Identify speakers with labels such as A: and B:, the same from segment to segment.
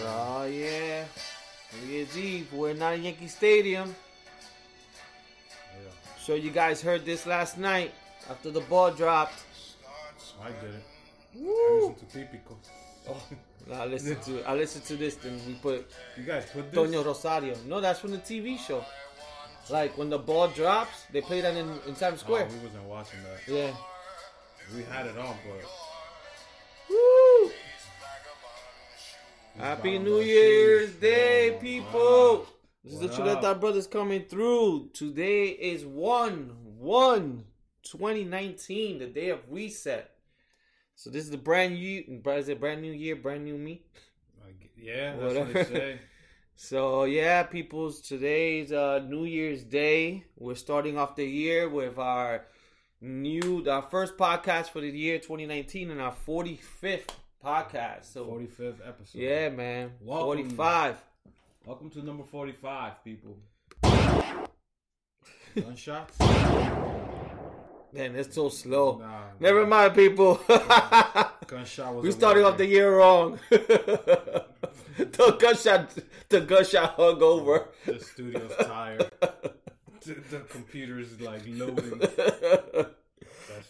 A: Oh yeah, New Year's Eve. We're not at Yankee Stadium.
B: Yeah,
A: Sure, you guys heard this last night after the ball dropped.
B: I did it. I
A: Woo!
B: listened to Típico.
A: I listened to I listened to this, then we put
B: You guys put this?
A: Antonio Rosario. No, that's from the TV show. Like when the ball drops, they play that in, in Times
B: Oh, we
A: Square.
B: wasn't watching that.
A: Yeah.
B: We had it on, but
A: Woo! Happy New Year's Day, people! This is the
B: What
A: Chuleta
B: up?
A: Brothers coming through. Today is 1 1 2019, the day of reset. So this is the brand new, is it brand new year, brand new me?
B: I g- yeah, that's what
A: Whatever.
B: they say.
A: So yeah, peoples, today's uh, New Year's Day. We're starting off the year with our new, our first podcast for the year 2019 and our 45th podcast. So
B: 45th episode.
A: yeah, man,
B: Welcome.
A: 45.
B: Welcome to number 45, people. Gunshots?
A: Oh, Man, it's so slow.
B: nah.
A: Never mind, people.
B: Gunshot was
A: we
B: a
A: started off
B: lot.
A: the year wrong. the gunshot, the gunshot hung over.
B: The studio's tired. the, the computer's like loading. That's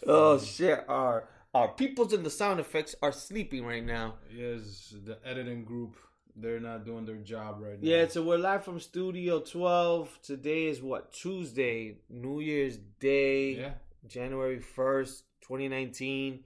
A: oh
B: funny.
A: shit! Our our peoples in the sound effects are sleeping right now.
B: Yes, the editing group. They're not doing their job right now.
A: Yeah, so we're live from Studio 12. Today is what? Tuesday, New Year's Day,
B: Yeah.
A: January 1st, 2019.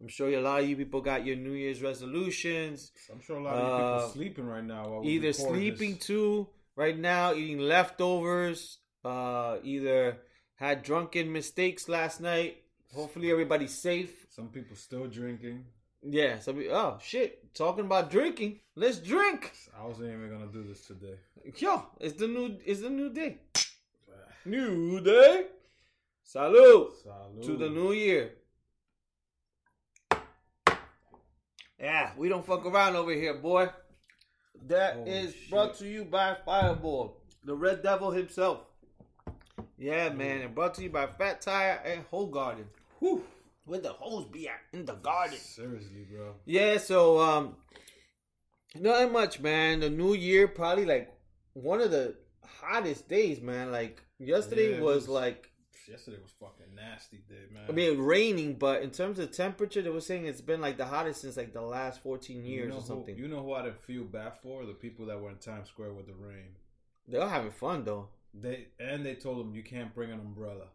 A: I'm sure a lot of you people got your New Year's resolutions.
B: I'm sure a lot of you people
A: Uh,
B: sleeping right now. While we
A: Either
B: record
A: sleeping
B: This.
A: too right now, eating leftovers, uh, either had drunken mistakes last night. Hopefully, everybody's safe.
B: Some people still drinking.
A: Yeah, so we, oh shit, talking about drinking. Let's drink.
B: I wasn't even gonna do this today.
A: Yo, it's the new it's the new day. New day. Salute
B: Salud.
A: to the new year. Yeah, we don't fuck around over here, boy. That
B: Oh,
A: is brought
B: shit.
A: to you by Fireball, the Red Devil himself. Yeah, man, and brought to you by Fat Tire and Whole Garden. Whew, where the hoes be at in the garden.
B: Seriously, bro.
A: Yeah, so um nothing much, man. The new year probably like one of the hottest days, man. Like yesterday
B: Yeah, it
A: was,
B: was.
A: like
B: Yesterday was fucking nasty day, man.
A: I mean raining, but in terms of temperature, they were saying it's been like the hottest since like the last 14 years
B: know
A: or something.
B: Who, you know who I didn't feel bad for? The people that were in Times Square with the rain.
A: They're all having fun though.
B: They and they told them you can't bring an umbrella.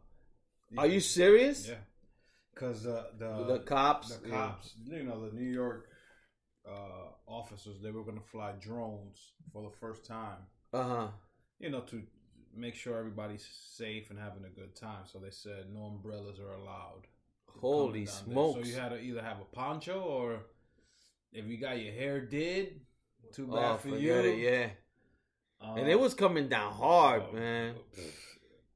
A: Are you serious?
B: Yeah. Cause uh, the
A: the cops,
B: the
A: yeah.
B: cops, you know, the New York uh, officers, they were gonna fly drones for the first time,
A: Uh-huh.
B: you know, to make sure everybody's safe and having a good time. So they said no umbrellas are allowed.
A: Holy
B: coming down there.
A: smokes.
B: So you had to either have a poncho or if you got your hair did, too bad
A: Oh,
B: for
A: forget
B: you.
A: it, yeah.
B: Um,
A: And it was coming down hard,
B: oh,
A: man.
B: pff,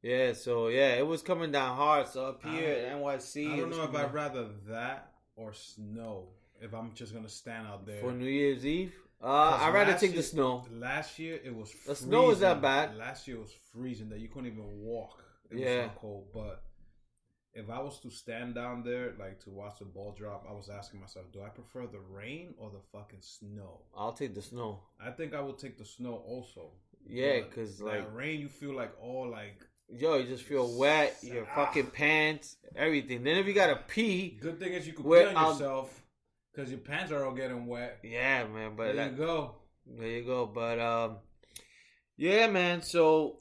A: Yeah, so yeah, it was coming down hard. So up here at NYC,
B: I
A: it
B: don't
A: was
B: know if
A: coming
B: I'd
A: down-
B: rather that or snow. If I'm just gonna stand out there
A: for New Year's Eve. Uh,
B: 'Cause
A: I'd rather
B: last
A: take the
B: year-
A: snow.
B: Last year it was freezing.
A: The snow was that bad.
B: Last year it was freezing that you couldn't even walk. It
A: Yeah.
B: was so cold. But if I was to stand down there like to watch the ball drop, I was asking myself, do I prefer the rain or the fucking snow?
A: I'll take the snow.
B: I think I would take the snow also.
A: Yeah,
B: But
A: cause
B: that
A: like
B: rain, you feel like all like
A: yo, you just feel wet. Your
B: Ah.
A: fucking pants, everything. Then if you gotta pee,
B: good thing is you could
A: Where
B: pee
A: I'm-
B: on yourself because your pants are all getting wet.
A: yeah, man. But
B: There
A: that-
B: you go.
A: there you go. But um, yeah, man. So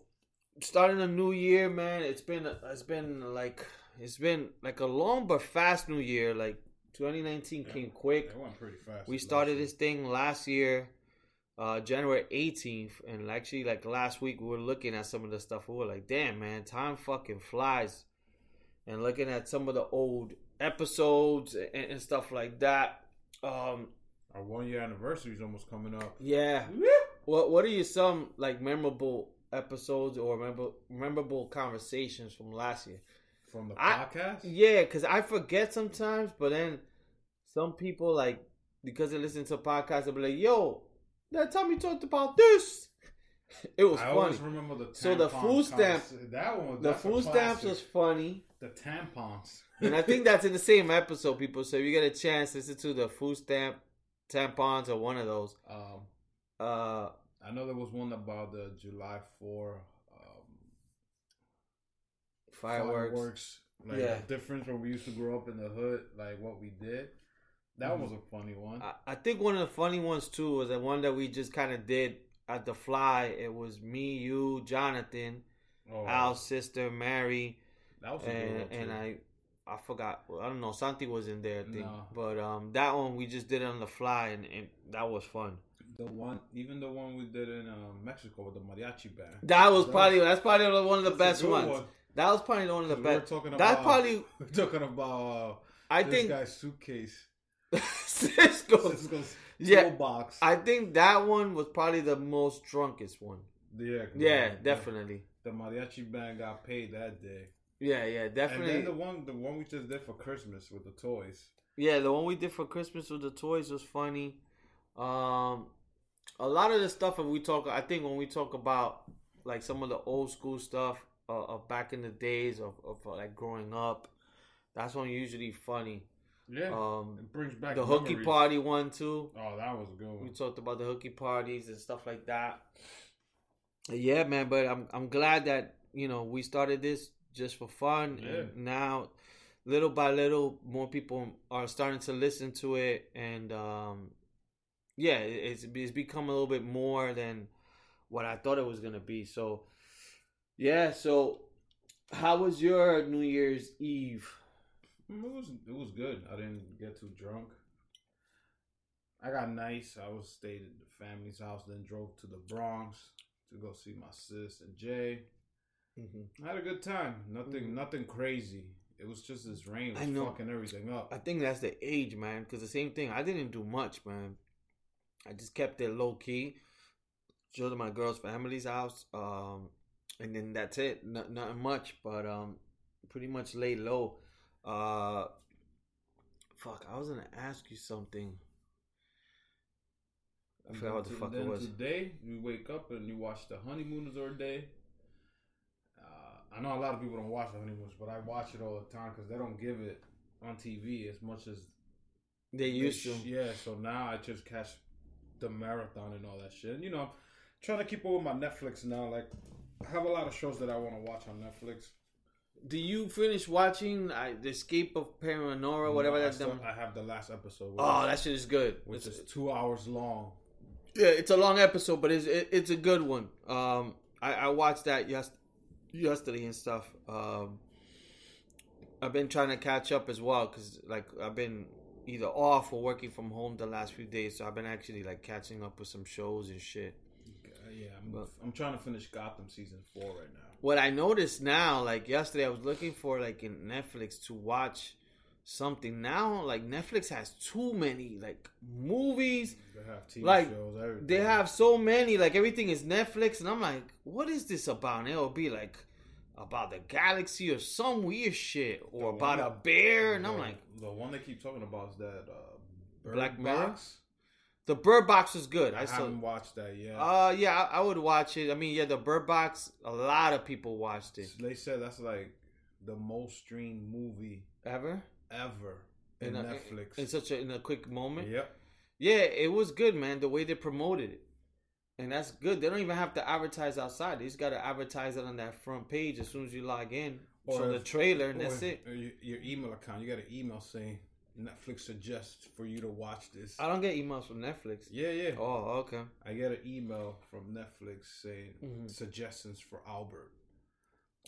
A: starting a new year, man. It's been it's been like it's been like a long but fast new year. Like 2019 came quick.
B: It went pretty fast.
A: We
B: last
A: started
B: year.
A: this thing last year, uh, January 18th, and actually, like last week, we were looking at some of the stuff. We were like, damn, man, time fucking flies. And looking at some of the old episodes and, and stuff like that. Um,
B: Our one year anniversary is almost coming up.
A: yeah. What What are your some like memorable episodes or memorable memorable conversations from last year?
B: From the
A: I-
B: podcast?
A: Yeah, because I forget sometimes, but then some people like because they listen to podcasts, they'll be like, "Yo, that time you talked about this, it was
B: I
A: funny."
B: always remember the tampons.
A: So the food stamp-
B: conversa- That one. was-
A: The
B: that's a
A: food stamps
B: classic.
A: was funny,
B: the tampons.
A: and I think that's in the same episode, people. So if you get a chance, listen to the food stamp, tampons, or one of those.
B: um,
A: Uh,
B: I know there was one about the July 4 um,
A: fireworks.
B: Like
A: Yeah.
B: the difference when we used to grow up in the hood, like what we did. That
A: Mm-hmm.
B: was a funny one.
A: I, I think one of the funny ones too was the one that we just kind of did at the fly. It was me, you, Jonathan,
B: oh,
A: Al's sister, Mary,
B: that was a good
A: and
B: one. Too.
A: and I. I forgot. I don't know. Santi was in there, I think.
B: No.
A: But um, that one we just did it on the fly, and, and that was fun.
B: the one, even the one we did in uh, Mexico with the mariachi band.
A: That was
B: That
A: probably that's probably one of the
B: That's
A: best
B: a good
A: ones.
B: one.
A: That was probably one of the
B: 'Cause we were
A: best.
B: talking
A: That's
B: about-
A: probably
B: We're talking about uh,
A: I
B: this
A: think
B: guy's suitcase,
A: Cisco's.
B: Cisco's
A: Yeah.
B: toolbox.
A: I think that one was probably the most drunkest one.
B: yeah, 'cause
A: Yeah,
B: the-
A: definitely.
B: The mariachi band got paid that day,
A: Yeah, yeah, definitely.
B: and then the one, the one we just did for Christmas with the toys.
A: yeah, the one we did for Christmas with the toys was funny. Um, a lot of the stuff that we talk, I think when we talk about like some of the old school stuff uh, of back in the days of, of uh, like growing up, that's when usually funny.
B: Yeah,
A: Um,
B: it brings back
A: the hooky
B: memories.
A: party one too.
B: Oh, that was a good
A: We
B: one.
A: talked about the hooky parties and stuff like that. Yeah, man, but I'm I'm glad that, you know, we started this just for fun
B: Yeah.
A: and now little by little more people are starting to listen to it and um yeah, it- it's it's become a little bit more than what I thought it was going to be. So yeah, so how was your New Year's Eve?
B: Mm, It was it was good. I didn't get too drunk. I got nice. I was stayed at the family's house, then drove to the Bronx to go see my sis and Jay. I had a good time. Nothing
A: Mhm.
B: nothing crazy. It was just this rain was
A: I know.
B: fucking everything up.
A: I think that's the age, man. Because the same thing, I didn't do much, man. I just kept it low key. Showed to my girl's family's house, um, and then that's it. Not nothing much, but um, pretty much lay low. Uh, fuck, I was gonna ask you something. I
B: And
A: forgot
B: then
A: what the
B: to-
A: fuck
B: then
A: it was.
B: Today you wake up and you watch the honeymooners all day. Uh, I know a lot of people don't watch the honeymooners, but I watch it all the time because they don't give it on TV as much as
A: They
B: They
A: used to.
B: sh- Yeah, so now I just catch the marathon and all that shit. And you know, trying to keep up with my Netflix now. Like, I have a lot of shows that I want to watch on Netflix.
A: Do you finish watching uh, the Escape of Paranormal, whatever
B: No, I
A: that's
B: still-
A: done?
B: I have the last episode. Which
A: Oh,
B: is,
A: that shit is good.
B: which
A: It's-
B: is two hours long.
A: Yeah, it's a long episode, but it's it, it's a good one. Um, I, I watched that yes yesterday and stuff. Um, I've been trying to catch up as well because like I've been either off or working from home the last few days, so I've been actually like catching up with some shows and shit.
B: Uh, yeah, I'm,
A: But-
B: I'm trying to finish Gotham season four right now.
A: What I noticed now, like yesterday, I was looking for like in Netflix to watch something. Now, like Netflix has too many like movies
B: They have TV
A: Like,
B: shows. Everything.
A: They have so many, like everything is Netflix, and I'm like, what is this about? And it'll be like about the galaxy or some weird shit, or
B: The
A: about
B: one-
A: a bear, and
B: the-
A: I'm like,
B: the one they keep talking about is that uh, Bird
A: Black Mirror?
B: Box.
A: the Bird Box was good.
B: I,
A: I saw.
B: haven't watched that yet.
A: Uh, yeah, I, I would watch it. I mean, yeah, the Bird Box. A lot of people watched it.
B: they said that's like the most streamed movie
A: Ever
B: ever in,
A: a-
B: Netflix.
A: in such a, in a quick moment.
B: Yep.
A: Yeah, it was good, man. The way they promoted it, and that's good. They don't even have to advertise outside. They just got to advertise it on that front page as soon as you log in.
B: Or
A: so the
B: if-
A: trailer, and that's
B: Or
A: it.
B: Your, your email account. You got an email saying Netflix suggests for you to watch this.
A: I don't get emails from Netflix.
B: yeah, yeah.
A: Oh, okay.
B: I get an email from Netflix saying
A: Mhm.
B: suggestions for Albert.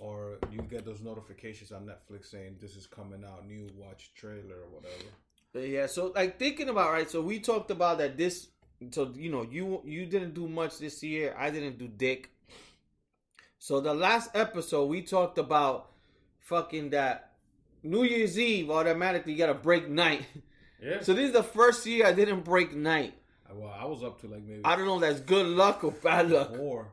B: Or you get those notifications on Netflix saying this is coming out, new watch trailer or whatever.
A: But yeah, so like thinking about right, so we talked about that this so you know, you you didn't do much this year. I didn't do dick. So the last episode we talked about fucking that New Year's Eve automatically you gotta break night.
B: Yeah.
A: So this is the first year I didn't break night.
B: well, I was up to like maybe
A: I don't know if that's good luck or bad luck.
B: four.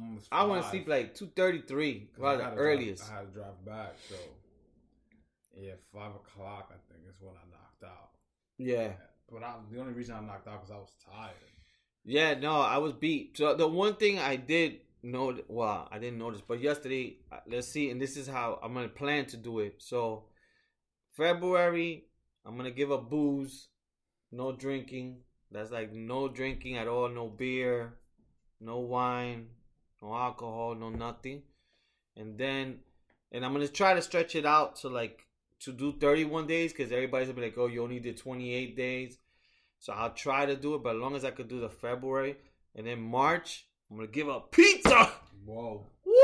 B: almost
A: I want to
B: five.
A: sleep like two thirty three,
B: I
A: probably the
B: had to drive-
A: earliest.
B: I had to drive back, so yeah, five o'clock I think is when I knocked out.
A: Yeah.
B: But I, the only reason I knocked out because I was tired.
A: Yeah, no, I was beat. So the one thing I did know, well, I didn't notice, but yesterday, uh, let's see, and this is how I'm gonna plan to do it. So February, I'm gonna give up booze, no drinking, That's like no drinking at all, no beer, no wine, no alcohol, no nothing. And then, and I'm gonna try to stretch it out to like to do 31 days because everybody's gonna be like, oh, you only did 28 days. So I'll try to do it, but as long as I could do the February and then March, I'm gonna give up pizza.
B: Whoa.
A: Woo!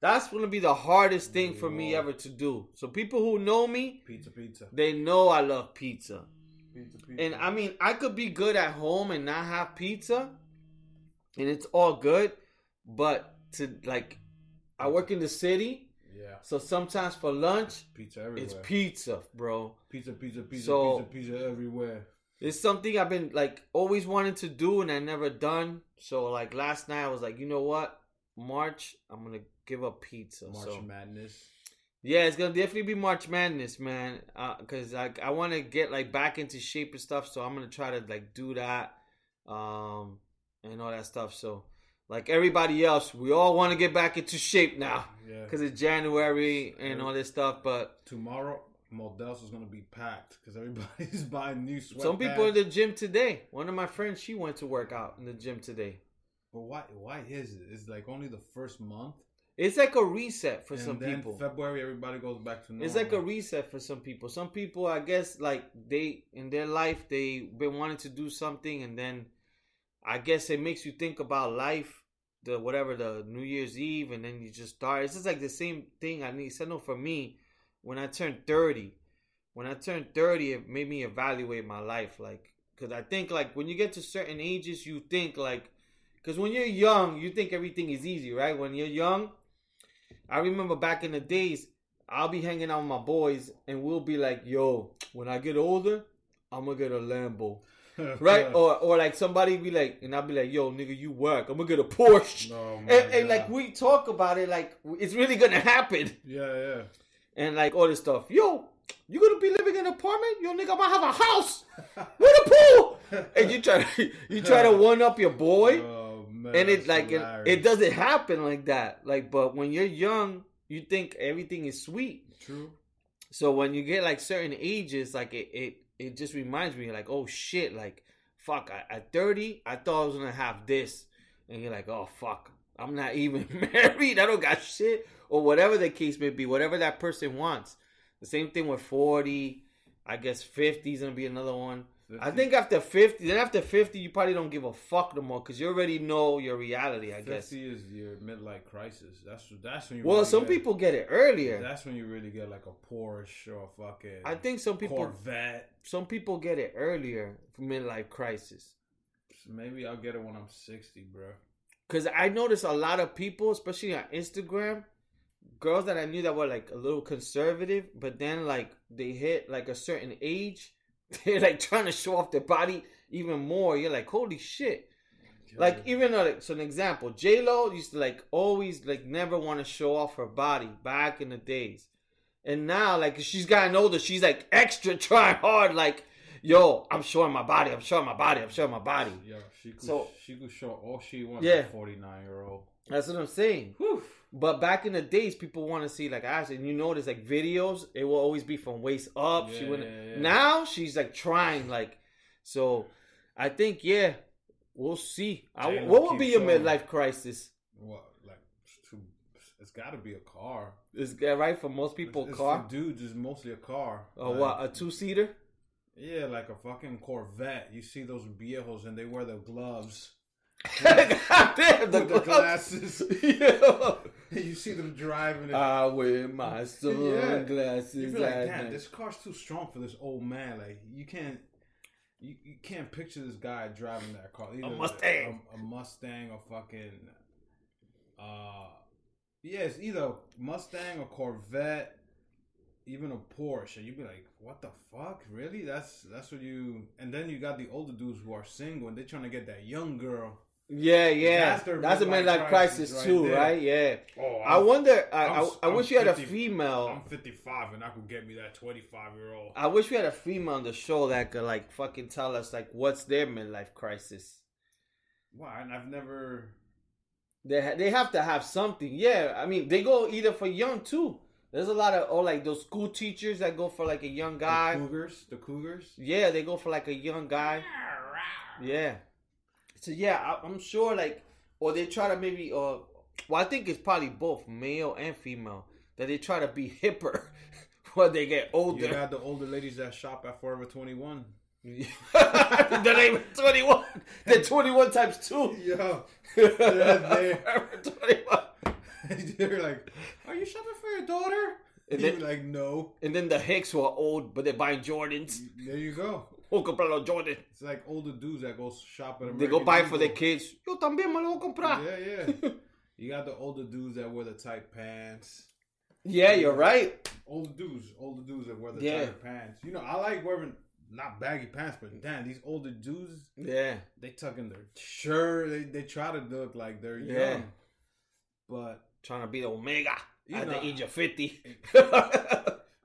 A: That's gonna be the hardest thing for me ever to do. So people who know me,
B: Pizza, pizza.
A: they know I love pizza.
B: Pizza, pizza.
A: And I mean, I could be good at home and not have pizza, and it's all good. But to like, I work in the city,
B: yeah.
A: so sometimes for lunch
B: Pizza everywhere.
A: it's pizza, bro.
B: pizza, pizza, pizza,
A: So-
B: pizza, pizza everywhere.
A: It's something I've been like always wanting to do and I never done. So like last night I was like, you know what, March I'm gonna give up pizza.
B: March
A: so
B: Madness.
A: yeah, it's gonna definitely be March Madness, man. Uh, Cause like I want to get like back into shape and stuff. So I'm gonna try to like do that, um, and all that stuff. So like everybody else, we all want to get back into shape now.
B: Yeah.
A: Cause it's January and all this stuff, but
B: Tomorrow, Models is gonna be packed because everybody's buying new sweatpants.
A: Some people in the gym today. One of my friends, she went to work out in the gym today.
B: But why? Why is it? It's like only the first month.
A: It's like a reset for
B: and
A: some
B: then
A: people.
B: February, everybody goes back to normal.
A: It's like a reset for some people. Some people, I guess, like they in their life, they been wanting to do something, and then I guess it makes you think about life, the whatever the New Year's Eve, and then you just start. It's just like the same thing. I need. I know for me, when I turned thirty, when I turned thirty, it made me evaluate my life, like because I think like when you get to certain ages, you think like because when you're young, you think everything is easy, right? When you're young, I remember back in the days, I'll be hanging out with my boys, and we'll be like, "Yo, when I get older, I'm gonna get a Lambo, right?" Oh, Or or like somebody be like, and I'll be like, "Yo, nigga, you work. I'm gonna get a Porsche."
B: No, my
A: And, and
B: God.
A: like we talk about it, like it's really gonna happen,
B: yeah, yeah.
A: and like all this stuff. Yo, you gonna be living in an apartment? Yo, nigga, I'm gonna have a house with a pool, and you try to you try to one up your boy
B: Oh man.
A: and it
B: that's
A: like it,
B: hilarious.
A: it doesn't happen like that like but when you're young you think everything is sweet
B: True.
A: so when you get like certain ages like it it, it just reminds me like oh shit like fuck I, at 30 i thought i was gonna have this and you're like oh fuck i'm not even married i don't got shit or whatever the case may be whatever that person wants the same thing with 40 i guess 50 is gonna be another one I think after 50, then after 50, you probably don't give a fuck no more because you already know your reality, I guess.
B: fifty is your midlife crisis. That's that's when you.
A: Well,
B: really
A: some
B: get-
A: people get it earlier.
B: That's when you really get like a Porsche or a fucking
A: I think some people
B: Corvette.
A: some people get it earlier, midlife crisis.
B: Maybe I'll get it when I'm sixty, bro.
A: Because I noticed a lot of people, especially on Instagram, girls that I knew that were like a little conservative, but then like they hit like a certain age, they're like trying to show off their body even more. You're like, holy shit. Like even though, like, so an example, J Lo used to like always like never want to show off her body back in the days, and now like she's gotten older, she's like extra trying hard. Like, yo, I'm showing my body, I'm showing my body, I'm showing my body.
B: Yeah, she could
A: So-
B: she could show all she wants.
A: Yeah.
B: forty nine year old.
A: That's what I'm saying. But back in the days, people want to see like ass, and you notice like videos, it will always be from waist up. she
B: Yeah,
A: wouldn't.
B: yeah, yeah.
A: Now she's like trying like, so I think yeah, we'll see. I,
B: Damn,
A: what would be
B: keep
A: your
B: showing.
A: midlife crisis?
B: What like it's too- it's got to be a car.
A: Is that right for most people?
B: It's- it's
A: car
B: for dudes is mostly a car.
A: or
B: Like,
A: what? A two seater?
B: Yeah, like a fucking Corvette. You see those viejos and they wear the gloves,
A: God damn the,
B: with the
A: glass.
B: glasses. you see them driving. It.
A: I wear my
B: you
A: sunglasses.
B: feel like,
A: at
B: damn,
A: night."
B: this car's too strong for this old man. Like you can't, you, you can't picture this guy driving that car. Either
A: Mustang.
B: a, a Mustang, or fucking, uh, yeah, it's either Mustang or Corvette, even a Porsche. And you'd be like, what the fuck, really? That's that's what you. And then you got the older dudes who are single and they're trying to get that young girl.
A: yeah, yeah. That's,
B: That's their
A: a
B: midlife
A: midlife crisis,
B: crisis right
A: too,
B: there.
A: right? Yeah.
B: Oh,
A: I Oh. wonder. I,
B: I'm
A: I,
B: s-
A: I wish
B: I'm
A: you had a
B: 50
A: female.
B: I'm 55 and I could get me that 25 year old.
A: I wish we had a female on the show that could like fucking tell us like what's their midlife crisis.
B: Why? And I've never.
A: They ha- they have to have something. Yeah, I mean they go either for young too. There's a lot of oh like those school teachers that go for like a young guy.
B: The Cougars. The Cougars.
A: Yeah, they go for like a young guy. Yeah. So yeah, I, I'm sure like, or they try to maybe, uh, well, I think it's probably both male and female that they try to be hipper when they get
B: You
A: older.
B: got the older ladies that shop at Forever 21.
A: They're not even 21. They're 21 times two.
B: Yeah.
A: Forever 21.
B: They're like, are you shopping for your daughter?
A: And
B: you
A: then-
B: like, no.
A: And then the Hicks who are old, but they're buying Jordans.
B: There you go.
A: Who comprar los Jordan?
B: It's like older dudes that go shop at American
A: They go buy for their
B: Eagle.
A: kids. Yo también me lo voy a comprar.
B: Yeah, yeah. you got the older dudes that wear the tight pants.
A: Yeah, you're right.
B: Older dudes, older dudes that wear the
A: Yeah.
B: tighter pants. You know, I like wearing not baggy pants, but damn, these older dudes,
A: Yeah.
B: they tuck in their shirt. They they try to look like they're
A: Yeah.
B: young, but
A: Trying to be the Omega
B: You
A: at
B: know-
A: the age of 50.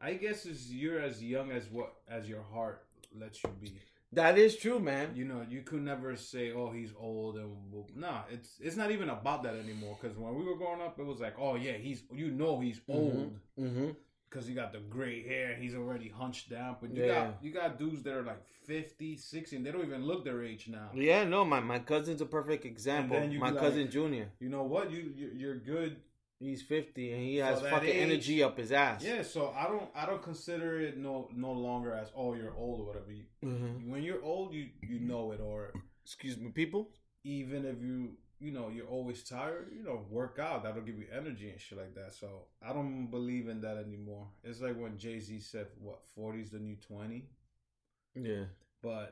B: I guess is you're as young as what as your heart lets you be.
A: that is true, man.
B: You know, you could never say, "Oh, he's old," and blah, blah. nah, it's it's not even about that anymore. Because when we were growing up, it was like, "Oh yeah, he's you know he's old."
A: Mm-hmm.
B: because you got the gray hair he's already hunched down but you
A: Yeah.
B: got you got dudes that are like 50 60 and they don't even look their age now
A: Yeah, no, my, my cousin's a perfect example.
B: then you
A: My
B: like-
A: cousin Junior.
B: you know what you you- you're good
A: He's 50 and he
B: So
A: has
B: that
A: fucking
B: age-
A: energy up his ass.
B: yeah so i don't i don't consider it no no longer as oh you're old or whatever you,
A: Mhm.
B: when you're old you you know it or
A: Excuse me, people?
B: even if you you know you're always tired you know work out that'll give you energy and shit like that so i don't believe in that anymore it's like when jay-z said what 40 is the new 20
A: Yeah.
B: but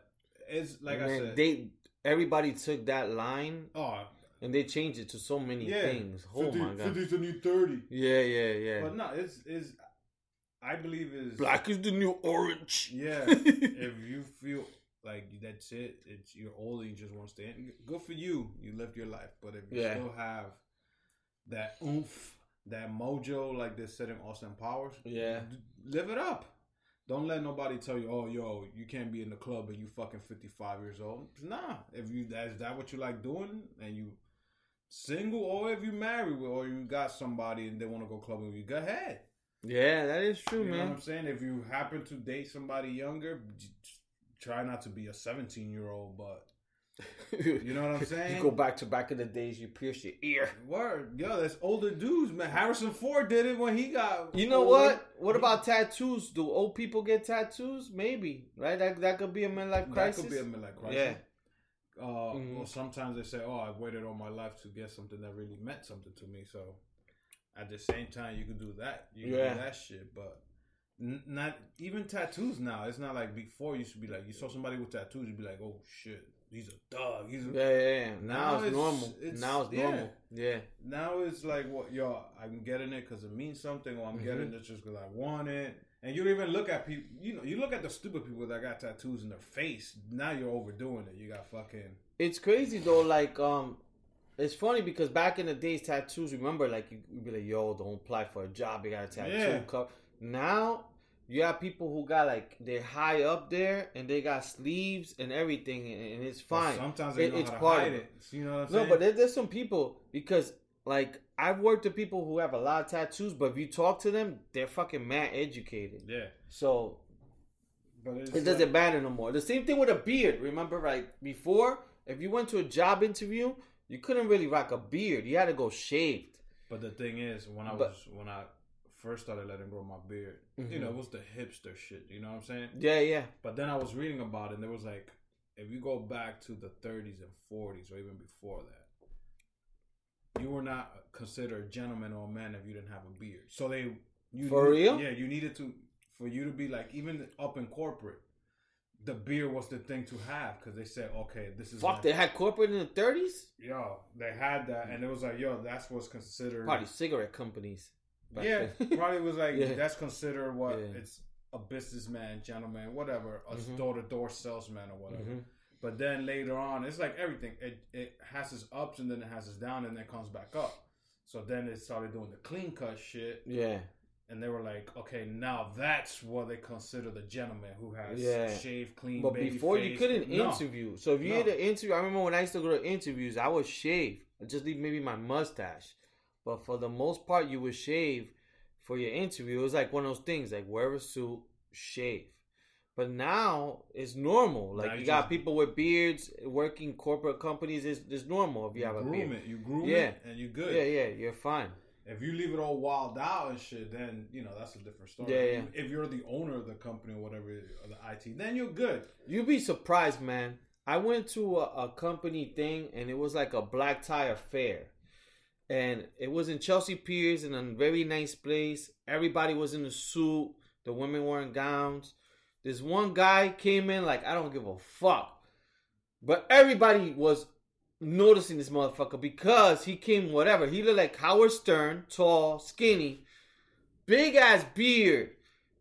B: it's like i
A: Man,
B: said
A: They, everybody took that line
B: oh
A: and they changed it to so many
B: Yeah.
A: things. Oh my God.
B: 50's the new 30
A: Yeah, yeah, yeah.
B: But no, it's is I believe is
A: Black is the new orange.
B: Yeah, if you feel like that's it, it's you're old and you just want to stay. In, good for you, you lived your life. But if you
A: Yeah.
B: still have that oomph, that mojo, like they said in Austin Powers,
A: Yeah.
B: d- live it up. Don't let nobody tell you, oh, yo, you can't be in the club and you fucking fifty five years old. Nah, if you that's that what you like doing and you single or if you married or you got somebody and they want to go clubbing with you, go ahead.
A: Yeah, that is true,
B: You know what
A: man.
B: I'm saying? If you happen to date somebody younger, j- j- try not to be a 17 year old, but you know what I'm saying?
A: You go back to back in the days, you pierce your ear.
B: Word, yo, that's older dudes, man. Harrison Ford did it when he got.
A: You know
B: older.
A: what? What about tattoos? Do old people get tattoos? Maybe, right? That that could be a midlife
B: That
A: crisis.
B: could be a midlife crisis.
A: Yeah.
B: Uh,
A: Mhm.
B: Well, sometimes they say, "Oh, I've waited all my life to get something that really meant something to me." So, at the same time, you could do that. You could
A: Yeah.
B: do that shit, but n- not even tattoos now. It's not like before. You should be like, you saw somebody with tattoos, you'd be like, "Oh shit, he's a thug." He's a
A: yeah, yeah, yeah. Now,
B: Now
A: it's,
B: it's-
A: normal.
B: it's-
A: now it's
B: yeah.
A: normal. Yeah,
B: now it's like what yo i'm getting it because it means something or i'm
A: Mhm.
B: getting it just because i want it and you don't even look at people you know you look at the stupid people that got tattoos in their face now you're overdoing it you got fucking
A: it's crazy though. Like, um, it's funny because back in the days, tattoos. Remember, like you would be like, "Yo, don't apply for a job. You got a tattoo."
B: Yeah.
A: co-" Now you have people who got like they're high up there and they got sleeves and everything, and, and it's
B: but
A: fine.
B: sometimes they
A: It-
B: know
A: it's
B: how to
A: part
B: hide
A: of
B: it you know what i'm
A: No,
B: saying
A: but there, there's some people because like I've worked with people who have a lot of tattoos, but if you talk to them, they're fucking mad educated.
B: yeah
A: So
B: but it's
A: it doesn't matter no more. The same thing with a beard. Remember, like before, if you went to a job interview, you couldn't really rock a beard. You had to go shaved.
B: but the thing is when i was
A: But-
B: when i first started letting grow my beard you
A: Mhm.
B: know it was the hipster shit you know what i'm saying
A: Yeah, yeah,
B: But then I was reading about it, and there was like, if you go back to the 30s and 40s, or even before that, you were not considered a gentleman or a man if you didn't have a beard. So they, you
A: For real?
B: yeah, you needed to for you to be like even up in corporate, the beard was the thing to have because they said, okay, this is
A: Fuck,
B: my-
A: they had corporate in the '30s.
B: Yo, they had that, and it was like, yo, that's what's considered.
A: Probably cigarette companies. back
B: yeah,
A: then.
B: probably was like
A: Yeah.
B: that's considered what
A: Yeah.
B: it's a businessman, gentleman, whatever, a
A: Mhm.
B: door to door salesman or whatever.
A: Mhm.
B: But then later on, it's like everything. It it has its ups and then it has its down and then it comes back up. So then they started doing the clean cut shit,
A: Yeah,
B: and they were like, okay, now that's what they consider the gentleman who has
A: Yeah.
B: shaved, clean.
A: but
B: baby
A: before you
B: face.
A: couldn't
B: No.
A: interview. So if you
B: No.
A: did an interview, I remember when I used to go to interviews, I would shave. I'd just leave maybe my mustache, but for the most part, you would shave for your interview. It was like one of those things, like wear a suit, shave. But now it's normal. Like
B: Now
A: you
B: you
A: got
B: just-
A: people with beards working corporate companies. It's, it's normal if you, have a
B: groom
A: beard.
B: it. You groom
A: Yeah.
B: it, and you good.
A: Yeah, yeah, you're fine.
B: If you leave it all wild out and shit, then you know that's a different story.
A: Yeah, yeah.
B: If you're the owner of the company or whatever, or the IT, then you're good.
A: You'd be surprised, man. I went to a, a company thing and it was like a black tie affair. And it was in Chelsea Piers in a very nice place. Everybody was in a suit. The women wearing gowns. This one guy came in like, I don't give a fuck. But everybody was noticing this motherfucker because he came whatever. He looked like Howard Stern, tall, skinny, big ass beard.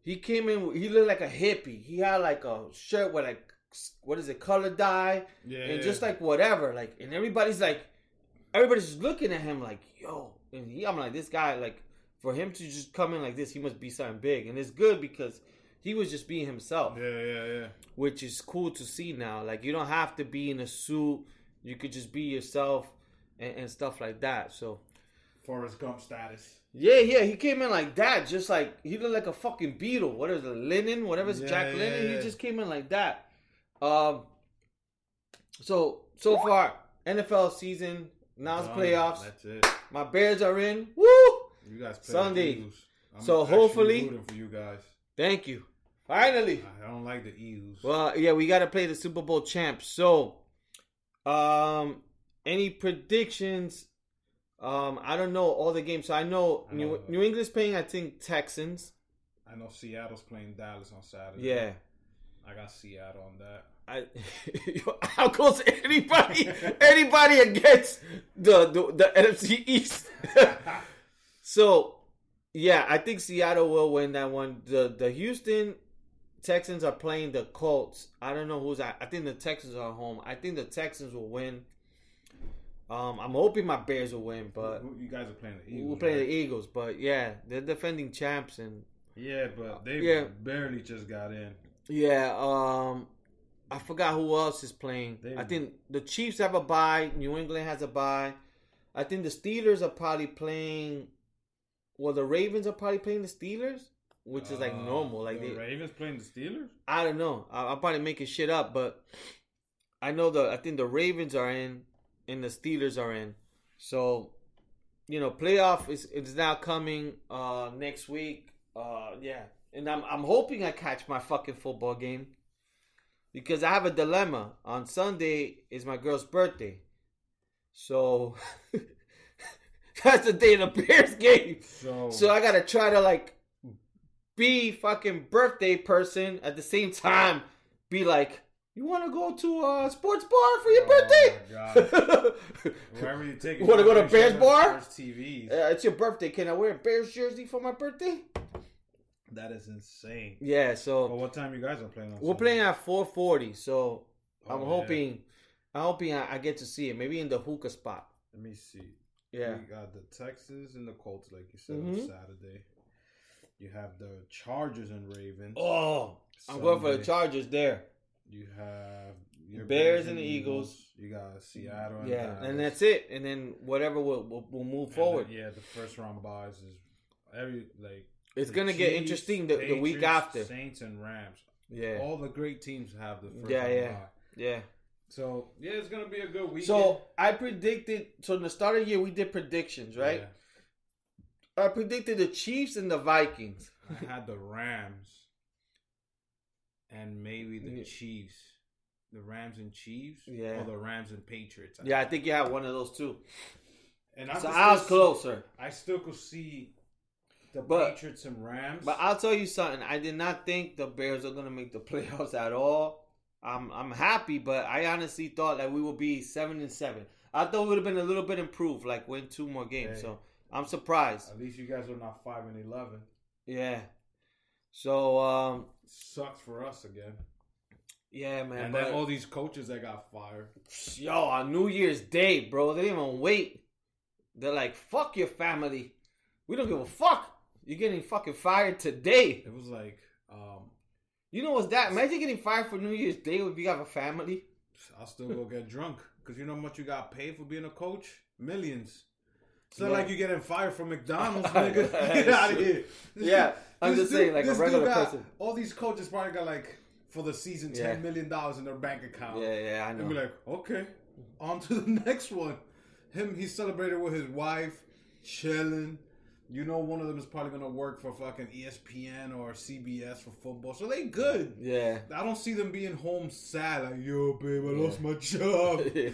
A: He came in. He looked like a hippie. He had like a shirt with like what is it, color dye,
B: Yeah,
A: and just like whatever. Like, and everybody's like, everybody's just looking at him like, yo. And he, I'm like, this guy, like, for him to just come in like this, he must be something big, and it's good because he was just being himself
B: yeah, yeah, yeah.
A: which is cool to see now. Like you don't have to be in a suit; you could just be yourself and, and stuff like that. So
B: Forrest Gump status.
A: yeah, yeah, he came in like that, just like he looked like a fucking beetle. What is it, linen? Whatever it's
B: Yeah,
A: Jack
B: yeah,
A: Lennon.
B: yeah.
A: He just came in like that. Um. So so far NFL season. Now it's
B: Done.
A: playoffs.
B: That's it.
A: My Bears are in. Woo!
B: You guys play
A: Sunday.
B: The Eagles. I'm
A: So
B: actually
A: hopefully-
B: rooting for you guys.
A: Thank you. Finally.
B: I don't like the Eagles.
A: Well, yeah, we got to play the Super Bowl champs. So, um, any predictions? Um, I don't know all the games. So I know
B: I know
A: New
B: that.
A: New England's playing. I think Texans.
B: I know Seattle's playing Dallas on Saturday.
A: Yeah.
B: I got Seattle on that.
A: I, how goes anybody anybody against the the, the NFC East? so, yeah, I think Seattle will win that one. The the Houston Texans are playing the Colts. I don't know who's at. I think the Texans are home. I think the Texans will win. Um, I'm hoping my Bears will win, but
B: Who- you guys are playing the Mm-hmm. Eagles.
A: we'll play
B: right?
A: the Eagles. But yeah, they're defending champs, and
B: Yeah, but they
A: E- Yeah.
B: barely just got in.
A: Yeah, um I forgot who else is playing.
B: They-
A: I think the Chiefs have a bye, New England has a bye. I think the Steelers are probably playing well the Ravens are probably playing the Steelers, which is like
B: Uh,
A: normal. Like
B: the
A: they,
B: Ravens playing the Steelers.
A: I don't know. I I'm probably making shit up, but I know the I think the Ravens are in and the Steelers are in. So, you know, playoff is it's now coming uh next week. Uh yeah. And I'm I'm hoping I catch my fucking football game. Because I have a dilemma. On Sunday is my girl's birthday. So that's the day of the Bears game.
B: So,
A: So uh, I gotta try to like be fucking birthday person at the same time. Be like, you wanna go to a sports bar for your
B: Oh,
A: birthday?
B: my God. wherever you take it,
A: Wanna go to
B: make sure
A: Bears
B: there's-
A: Bar?
B: there's TVs.
A: Uh, it's your birthday. Can I wear a Bears jersey for my birthday?
B: That is insane.
A: Yeah. So
B: But what time you guys are playing? On
A: we're
B: Sunday?
A: playing at 4:40. So
B: Oh,
A: I'm
B: yeah.
A: hoping, I'm hoping I, I get to see it. Maybe in the hookah spot.
B: Let me see.
A: Yeah.
B: We got the Texans and the Colts, like you said,
A: Mhm.
B: on Saturday. You have the Chargers and Ravens.
A: Oh, I'm going for the
B: Sunday.
A: Chargers there.
B: You have
A: Bears and the Eagles.
B: You got Seattle. And
A: yeah, and
B: Dallas.
A: that's it. And then whatever we'll we'll, we'll move
B: And
A: forward.
B: the- yeah, the first round buys is every like.
A: It's
B: the
A: gonna get
B: Chiefs,
A: interesting the, the week
B: Patriots,
A: after.
B: Saints and Rams.
A: Yeah,
B: All the great teams have the first
A: Yeah,
B: round
A: yeah.
B: bye.
A: yeah.
B: So yeah, it's gonna be a good week.
A: So I predicted. So in the start of the year, we did predictions, right? I predicted the Chiefs and the Vikings.
B: I had the Rams and maybe the
A: Yeah.
B: Chiefs. The Rams and Chiefs?
A: Yeah.
B: Or the Rams and Patriots.
A: Yeah, I think you had one of those two.
B: And I,
A: So
B: could
A: I was
B: still see-
A: closer.
B: I still could see the
A: But-
B: Patriots and Rams.
A: But I'll tell you something. I did not think the Bears are gonna make the playoffs at all. I'm I'm happy, but I honestly thought that we would be seven and seven. I thought we would have been a little bit improved, like win two more games.
B: Hey.
A: So I'm surprised.
B: At least you guys are not five and eleven.
A: Yeah. So um,
B: Sucks for us again.
A: yeah, man.
B: And
A: but-
B: then all these coaches that got fired.
A: Yo, on New Year's Day, bro, they didn't even wait. They're like, fuck your family. We don't give a fuck. You're getting fucking fired today.
B: It was like, um,
A: You know what's that? Imagine getting fired for New Year's Day if you have a family.
B: I'll still go get drunk because you know how much you got paid for being a coach? Millions. It's not
A: Yeah.
B: like you getting fired from McDonald's, nigga. Get out of here.
A: Yeah, I'm
B: This
A: just saying, like, a
B: this
A: regular
B: got-
A: person.
B: All these coaches probably got like for the season
A: Yeah.
B: ten million dollars in their bank account.
A: Yeah, yeah, I know.
B: And be like, okay, on to the next one. Him, he celebrated with his wife, chilling. You know, one of them is probably gonna work for fucking E ESPN or CBS for football, so they good.
A: yeah.
B: I don't see them being home sad like, yo, babe, I
A: Yeah.
B: lost my job.
A: yeah.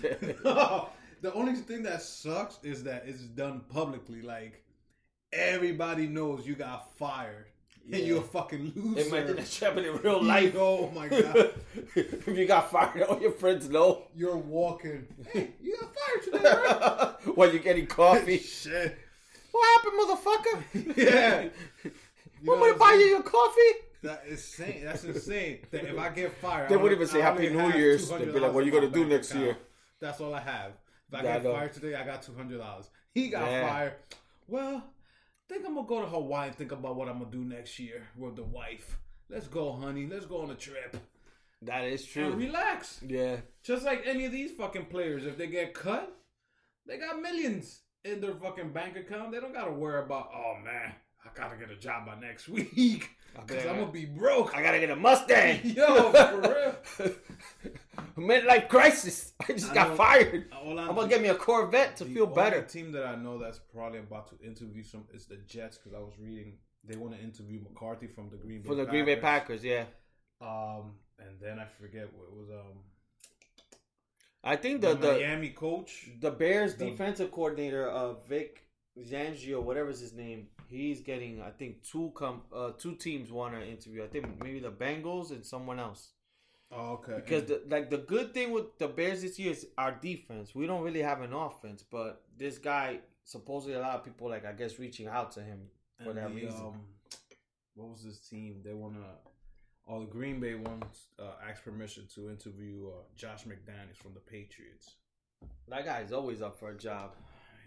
B: the only thing that sucks is that it's done publicly. Like everybody knows you got fired and you're a fucking loser.
A: Imagine that happening in real life.
B: Oh my god,
A: if you got fired, all your friends know.
B: you're walking. Hey, you got fired today, right?
A: While you're getting coffee.
B: Shit.
A: What happened, motherfucker?
B: Yeah. You know
A: Want me to
B: what
A: buy you
B: I'm saying?
A: your coffee?
B: That is insane. That's insane. That if I get fired,
A: They
B: I
A: wouldn't
B: only-
A: even say
B: I
A: Happy
B: only
A: New
B: have
A: Year's. They'd be like,
B: $200
A: "What you
B: in my
A: gonna do
B: bank
A: next
B: account.
A: year?"
B: That's all I have. If I
A: Yeah, I
B: get
A: know.
B: fired today, I got two hundred dollars. He got
A: Yeah.
B: fired. Well, think I'm gonna go to Hawaii and think about what I'm gonna do next year with the wife. Let's go, honey. Let's go on a trip
A: That is true.
B: and relax.
A: Yeah.
B: Just like any of these fucking players, if they get cut, they got millions in their fucking bank account. They don't gotta worry about, oh man, I gotta get a job by next week
A: I
B: because
A: bet.
B: I'm gonna be broke.
A: I gotta get a Mustang.
B: Yo, for real.
A: Midlife crisis. I just
B: I
A: got
B: know.
A: fired.
B: All
A: I'm gonna get me a Corvette to
B: the
A: feel
B: only
A: better.
B: team that I know that's probably about to interview some is the Jets because I was reading they want to interview McCarthy from the Green Bay
A: For the Green Bay Packers, yeah.
B: Um, and then I forget what it was um
A: I think
B: the,
A: the the,
B: Miami coach.
A: the Bears
B: the-
A: defensive coordinator, uh, Vic Zangio, whatever's his name, he's getting I think two com uh, two teams want to interview. I think maybe the Bengals and someone else.
B: Oh, okay,
A: Because
B: And-
A: the, like the good thing with the Bears this year is our defense. We don't really have an offense, but this guy supposedly a lot of people like I guess reaching out to him. for
B: and
A: that
B: the,
A: reason.
B: um, what was this team? They want to. Oh, the Green Bay wants uh, asked permission to interview uh, Josh McDaniels from the Patriots.
A: That guy's always up for a job.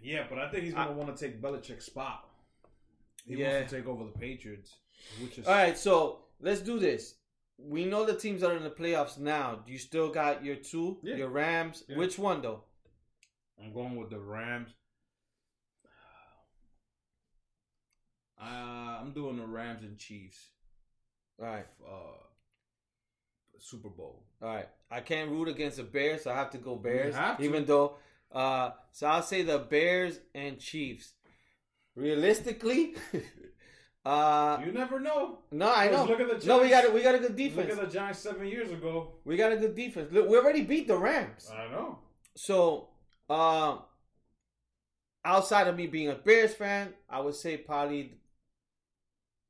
B: Yeah, but I think he's gonna want to take Belichick's spot. He
A: Yeah.
B: wants to take over the Patriots, which is
A: All right, so let's do this. We know the teams that are in the playoffs now. You still got your two,
B: Yeah.
A: your Rams.
B: Yeah.
A: Which one though?
B: I'm going with the Rams. Uh, I'm doing the Rams and Chiefs
A: All right,
B: uh, Super Bowl.
A: all right. I can't root against the Bears, so I have to go Bears.
B: have to.
A: Even though, uh, so I'll say the Bears and Chiefs. Realistically, uh,
B: You never know.
A: no, I know.
B: Because Look at the Giants.
A: No, we got a, we got a good
B: Look
A: defense.
B: at the Giants seven years ago.
A: we got a good defense. Look, we already beat the Rams.
B: I know.
A: So, um, outside of me being a Bears fan, I would say probably,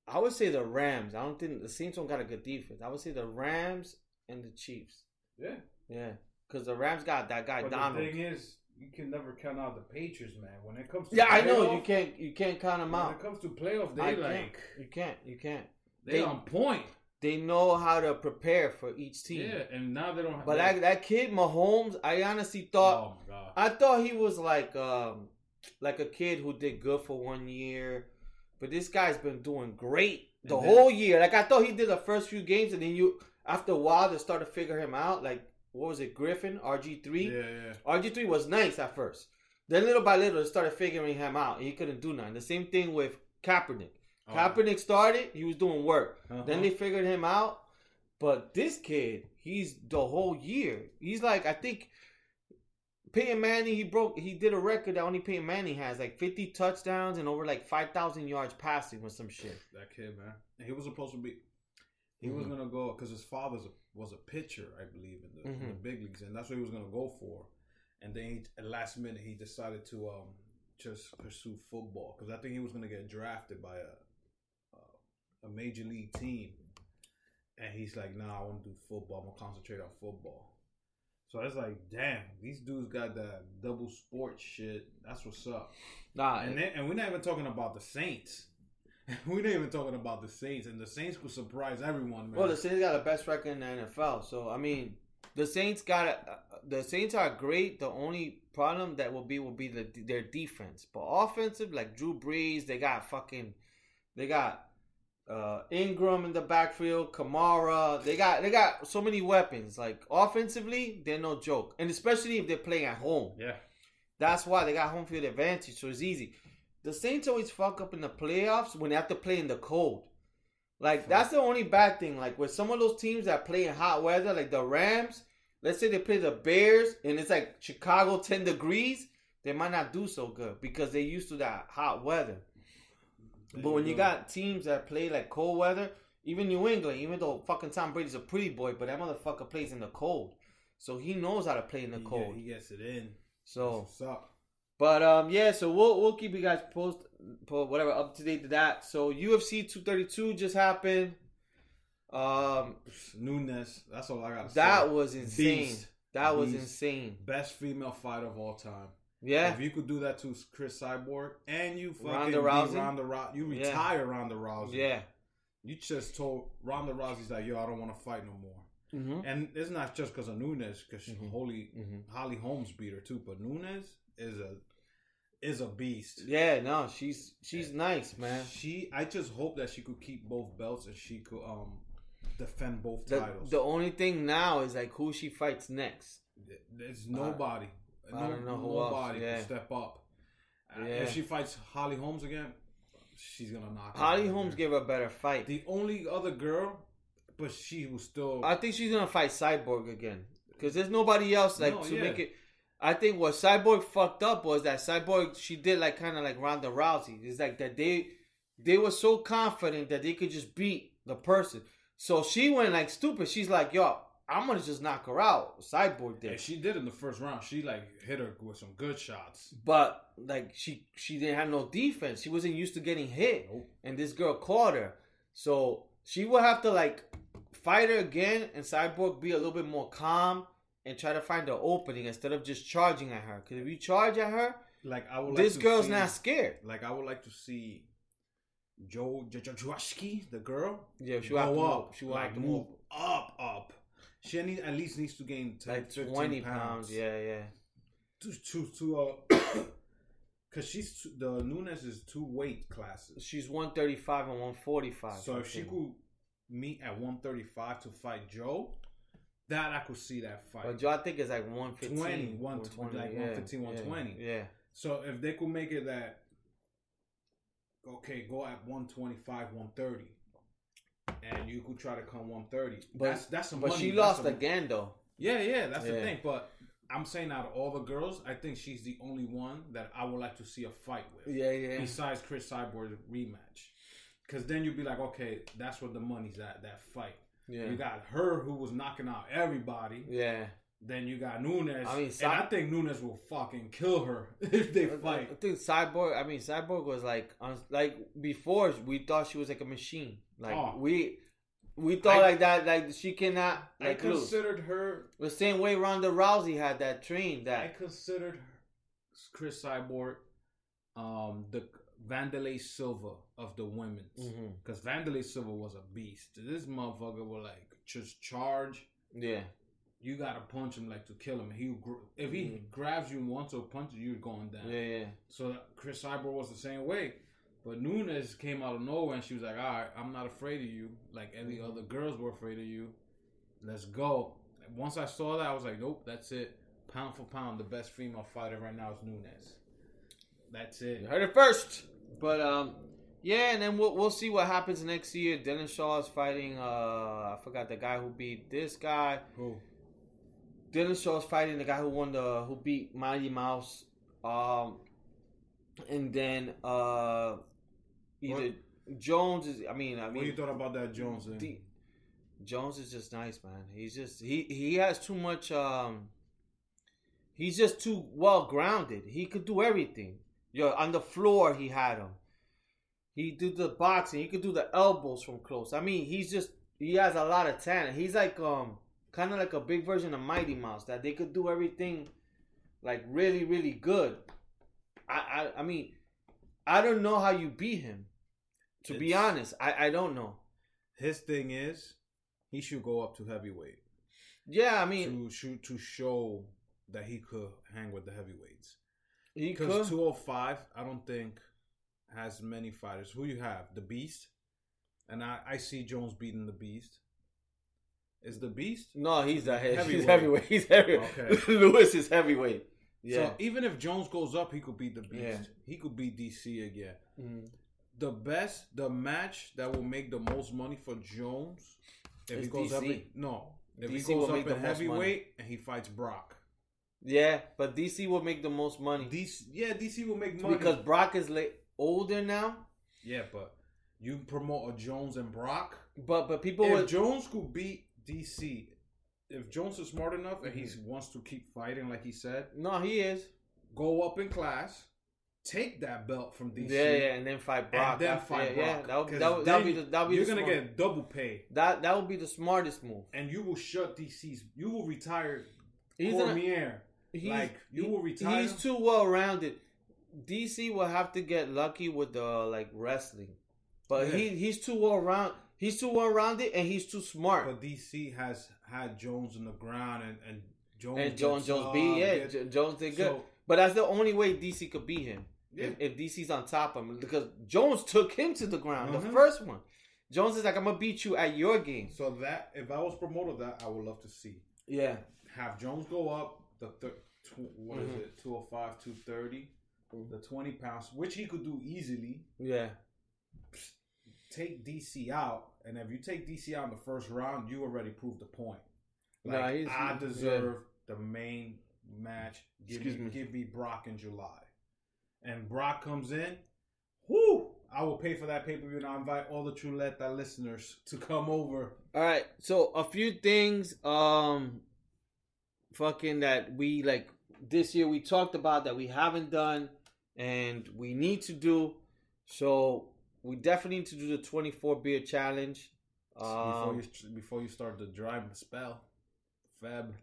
A: I would say the Rams. I don't think the Saints don't got a good defense. I would say the Rams and the Chiefs.
B: Yeah.
A: Yeah, because the Rams got that guy
B: But the
A: Donald.
B: thing is, you can never count out the Patriots, man. When it comes to
A: Yeah, I know
B: playoff-
A: you can't you can't count them
B: When it
A: out.
B: comes to playoff, they
A: I can't.
B: like
A: You can't. You can't.
B: they,
A: They-
B: on point.
A: They know how to prepare for each team.
B: Yeah, and now they don't.
A: But that that kid Mahomes, I honestly thought
B: oh my god.
A: I thought he was like um like a kid who did good for one year, but this guy's been doing great the
B: And then-
A: whole year. Like I thought he did the first few games, and then you after a while they started to figure him out. Like what was it, Griffin RG
B: Yeah,
A: three?
B: yeah.
A: RG three was nice at first. Then little by little they started figuring him out, and he couldn't do nothing. The same thing with Kaepernick.
B: Oh,
A: Kaepernick started, he was doing work.
B: uh-huh.
A: Then they figured him out. But this kid, he's the whole year. He's like, I think Peyton Manning, he broke, he did a record that only Peyton Manning has, like 50 touchdowns and over like 5,000 yards passing or some shit.
B: That kid, man. And he was supposed to be. He was
A: Mhm.
B: gonna go because his father was a pitcher, I believe, in the, in the
A: Mhm.
B: big leagues, and that's what he was gonna go for. And then he, at last minute, he decided to um just pursue football because I think he was gonna get drafted by a a, a major league team. And he's like, "Nah, I want to do football. I'm gonna concentrate on football." So it's like, damn, these dudes got that double sport shit. That's what's up.
A: Nah,
B: And then, and we're not even talking about the Saints. We're not even talking about the Saints, and the Saints could surprise everyone, man.
A: well, the Saints got the best record in the NFL. So, I mean, the Saints got, the Saints are great. The only problem that will be, will be the, their defense. But offensive, like Drew Brees, they got fucking, they got uh, Ingram in the backfield, Kamara. They got they got so many weapons. Like offensively, they're no joke, and especially if they're playing at home.
B: yeah,
A: That's why they got home field advantage, so it's easy. The Saints always fuck up in the playoffs when they have to play in the cold. Like that's the only bad thing. Like with some of those teams that play in hot weather, like the Rams. Let's say they play the Bears and it's like Chicago ten degrees, they might not do so good because they're used to that hot weather.
B: There
A: but when you
B: go.
A: got teams that play like cold weather, even New England, even though fucking Tom Brady's a pretty boy, but that motherfucker plays in the cold, so he knows how to play in the
B: He get-
A: cold.
B: he gets it in.
A: So
B: That's what's up.
A: but um, yeah, so we'll we'll keep you guys post, po- whatever up to date to that. So UFC 232 just happened. Um,
B: Nunes. That's all I gotta say.
A: that was insane.
B: Beast.
A: That was
B: Beast.
A: insane.
B: Best female fighter of all time.
A: Yeah,
B: If you could do that to Chris Cyborg and you fucking
A: Ronda
B: beat
A: Rousey?
B: Ronda Rou- you
A: Yeah.
B: retire Ronda Rousey.
A: yeah.
B: You just told Ronda Rousey's like, yo, I don't want to fight no more.
A: Mm-hmm.
B: And it's not just because of Nunes, because
A: Mhm.
B: holy
A: Mm-hmm.
B: Holly Holmes beat her too, but Nunes is a is a beast.
A: Yeah, no, she's she's nice, man.
B: She, I just hope that she could keep both belts and she could um defend both
A: The,
B: titles.
A: the only thing now is like who she fights next.
B: There's nobody,
A: I
B: no,
A: don't know who else,
B: nobody
A: yeah.
B: can step up. Uh,
A: Yeah.
B: If she fights Holly Holmes again, she's gonna knock. her out
A: Holly
B: of
A: Holmes
B: there.
A: gave her a better fight.
B: the only other girl, but she was still.
A: I think she's gonna fight Cyborg again because there's nobody else like
B: No,
A: to
B: yeah.
A: make it. I think what Cyborg fucked up was that Cyborg she did like kind of like Ronda Rousey. It's like that they they were so confident that they could just beat the person. So she went like stupid. She's like, yo, I'm gonna just knock her out. Cyborg
B: and
A: did,
B: she did in the first round. She like hit her with some good shots.
A: but like she she didn't have no defense. She wasn't used to getting hit.
B: Nope.
A: and this girl caught her. So she will have to like fight her again, and Cyborg be a little bit more calm and try to find an opening instead of just charging at her. Because if you charge at her,
B: Like I would.
A: this
B: like to
A: girl's
B: see-
A: not scared.
B: Like I would like to see Joe Jajajwaski, the girl,
A: Yeah, she
B: go
A: will have to move.
B: up.
A: She will
B: like,
A: have to move
B: up, up. She need, at least needs to gain 10,
A: like
B: 15
A: twenty
B: pounds.
A: pounds. Yeah, yeah.
B: To to to uh, cause she's t- the Nunes is two weight classes.
A: She's one thirty five and one forty five.
B: So if she could meet at one thirty five to fight Joe, that I could see that fight.
A: but Joe, I think it's like 115,
B: 20,
A: 120,
B: 120, like 115, 120.
A: Yeah,
B: So if they could make it that, okay, go at 125, 130, and you could try to come 130.
A: But-
B: that's that's some
A: but
B: money.
A: she
B: that's
A: lost
B: some-
A: again though.
B: Yeah, yeah, that's
A: Yeah.
B: the thing. But I'm saying out of all the girls, I think she's the only one that I would like to see a fight with.
A: Yeah, yeah,
B: Besides Chris Cyborg's rematch. Because then you'd be like, okay, that's where the money's at, that fight. You
A: yeah,
B: got her who was knocking out everybody.
A: yeah.
B: Then you got Nunes.
A: I mean, Cy-
B: and I think Nunes will fucking kill her if they fight.
A: I think Cyborg. I mean, Cyborg was like, un- like before we thought she was like a machine. Like
B: Oh.
A: we, we thought
B: I-
A: like that. Like she cannot
B: I
A: like lose.
B: considered her.
A: The same way Ronda Rousey had that dream
B: I
A: that
B: considered her, Chris Cyborg, um, the Vandalay Silva of the women's,
A: Mhm.
B: because Vandalay Silva was a beast. This motherfucker will like just charge.
A: yeah,
B: You gotta punch him like to kill him. He gr- if he
A: Mhm.
B: grabs you once or punches you, you're going down.
A: yeah, yeah,
B: So that- Chris Cyborg was the same way. But Nunes came out of nowhere and she was like, "All right, I'm not afraid of you. Like any
A: Mm-hmm.
B: other girls were afraid of you. Let's go." And Once I saw that, I was like, "Nope, that's it. Pound for pound, the best female fighter right now is Nunes. That's
A: you
B: it."
A: heard it first. But um, yeah, and then we'll we'll see what happens next year. Dennis Shaw is fighting. Uh, I forgot the guy who beat this guy.
B: Who?
A: Dylan Shaw's fighting the guy who won the who beat Mighty Mouse. Um and then uh either Jones is I mean I
B: What you
A: mean
B: thought about that Jones? thing?
A: D- Jones is just nice, man. He's just he he has too much um he's just too well grounded. He could do everything. Yo, on the floor he had him. He did the boxing, he could do the elbows from close. I mean, he's just he has a lot of talent. He's like um kind of like a big version of Mighty Mouse that they could do everything like really really good. I I, I mean, I don't know how you beat him. To be
B: It's-
A: honest, I I don't know.
B: His thing is, he should go up to heavyweight
A: Yeah, I mean,
B: to shoot to show that he could hang with the heavyweights.
A: He could.
B: Because 205, I don't think has many fighters. Who you have? The Beast, and I, I see Jones beating the Beast. Is the Beast?
A: no, he's a heavy, he's
B: Heavyweight.
A: heavyweight. He's heavyweight.
B: Okay.
A: Lewis is heavyweight. Yeah.
B: So even if Jones goes up, he could beat the Beast.
A: Yeah.
B: He could beat DC again.
A: Mhm.
B: the best, the match that will make the most money for Jones if
A: It's
B: he goes up.
A: DC.
B: in- no, if he
A: DC will
B: goes up
A: make the most
B: in
A: money.
B: heavyweight and he fights Brock.
A: Yeah, but DC will make the most money
B: DC, yeah, DC will make money
A: because Brock is late, older now.
B: yeah, but you promote a Jones and Brock.
A: But but people
B: if
A: would
B: Jones could beat DC, if Jones is smart enough and he
A: Mm-hmm.
B: wants to keep fighting, like he said,
A: no, he is.
B: go up in class, take that belt from DC.
A: Yeah, yeah, and then fight Brock.
B: and then
A: after-
B: fight
A: yeah,
B: Brock.
A: Yeah, that would
B: 'Cause
A: that would, that would be
B: then
A: the that would be
B: you're
A: the
B: gonna
A: smart-
B: get double pay,
A: that that would be the smartest move.
B: and you will shut DC's. You will retire
A: He's an-
B: Cormier.
A: he's,
B: like you
A: he-
B: will retire.
A: He's too well rounded. DC will have to get lucky with the like wrestling, but
B: Yeah.
A: he he's too well round. He's too well rounded and he's too smart.
B: but DC has had Jones on the ground, and and Jones
A: and Jones
B: gets
A: Jones
B: up,
A: beat yeah
B: gets-
A: Jo- Jones did good,
B: so,
A: but that's the only way DC could beat him.
B: yeah.
A: If, if DC's on top of him, because Jones took him to the ground the
B: Mhm.
A: first one. Jones is like, I'm gonna beat you at your game.
B: So that if I was promoter, that I would love to see.
A: Yeah,
B: have Jones go up the thir- tw- what is
A: Mhm.
B: it 205 230
A: Mm-hmm.
B: the 20 pounds which he could do easily
A: yeah.
B: take DC out and if you take DC out in the first round you already proved the point like
A: Nah, he's-
B: I
A: yeah.
B: deserve the main match give
A: Excuse
B: me,
A: me.
B: give me Brock in July and Brock comes in whoo I will pay for that pay-per-view and I invite all the Chuleta listeners to come over
A: All right, so a few things, um, fucking that we like this year we talked about that we haven't done and we need to do. So we definitely need to do the twenty four beer challenge.
B: before
A: Um,
B: you before you start the dry spell Feb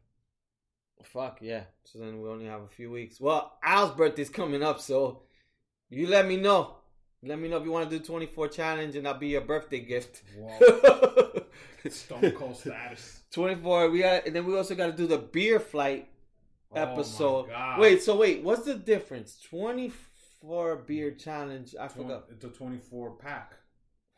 A: fuck yeah. So then we only have a few weeks. Well, Al's birthday's coming up, so you let me know. Let me know if you want to do twenty four challenge, and I'll be your birthday gift.
B: Wow. Stone Cold status.
A: 24 we got and then we also got to do the beer flight
B: Oh my
A: episode
B: God.
A: wait so wait what's the difference 24 beer
B: Mm-hmm.
A: challenge i
B: Twen-
A: forgot
B: it's a 24 pack.